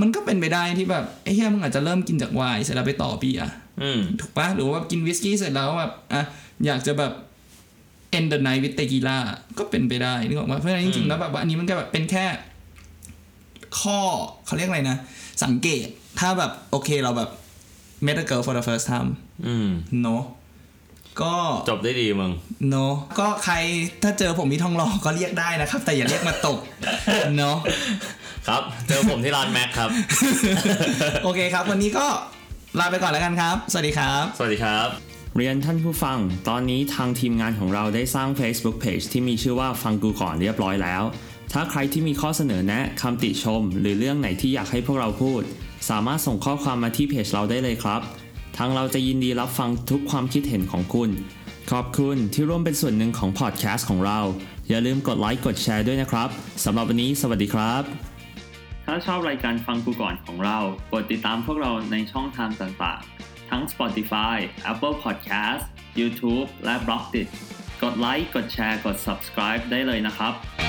S1: มันก็เป็นไปได้ที่แบบไอ้เฮียมึงอาจจะเริ่มกินจากไวน์เสร็จแล้วไปต่อเบียร์
S4: อืม
S1: ถูกปะหรือว่าแบบกินวิสกี้เสร็จแล้วแบบอ่ะอยากจะแบบ end the night with tequila ก็เป็นไปได้นึกออกไหมเพราะฉะนั้นจริ
S4: อื
S1: ง ๆ
S4: ม
S1: แล้วแบบว่าอันนี้มันก็แบบเป็นแค่ ข้อเขาเรียกอะไรนะ สังเกตถ้าแบบโอเคเราแบบ met a girl for the first time
S4: อืม
S1: เนาะก็
S4: จบได้ดีมึง
S1: เนาะก็ใครถ้าเจอผมที่ทองหล่อก็เรียกได้นะครับ แต่อย่าเรียกมาตกเนาะ
S4: ครับ เจอผมที่ร้านแม็กครับ
S1: โอเคครับ วันนี้ก็ลาไปก่อนแล้วกันครับ สวัสดีครับ
S4: สวัสดีครับ
S2: เรียนท่านผู้ฟัง ตอนนี้ทางทีมงานของเราได้สร้าง Facebook Page ที่มีชื่อว่าฟังกูก่อนเรียบร้อยแล้ว ถ้าใครที่มีข้อเสนอแนะคำติชม หรือเรื่องไหนที่อยากให้พวกเราพูด สามารถส่งข้อความมาที่เพจเราได้เลยครับ ทางเราจะยินดีรับฟังทุกความคิดเห็นของคุณ ขอบคุณที่ร่วมเป็นส่วนหนึ่งของพอดแคสต์ของเรา อย่าลืมกดไลค์กดแชร์ด้วยนะครับสำหรับวันนี้สวัสดีครับ ถ้าชอบรายการฟังกูก่อนของเรากดติดตามพวกเราในช่องทางต่างๆ ทั้ง Spotify, Apple Podcast, YouTube และ b l o g d i t กดไลค์ กดแชร์ กด subscribe ได้เลยนะครับ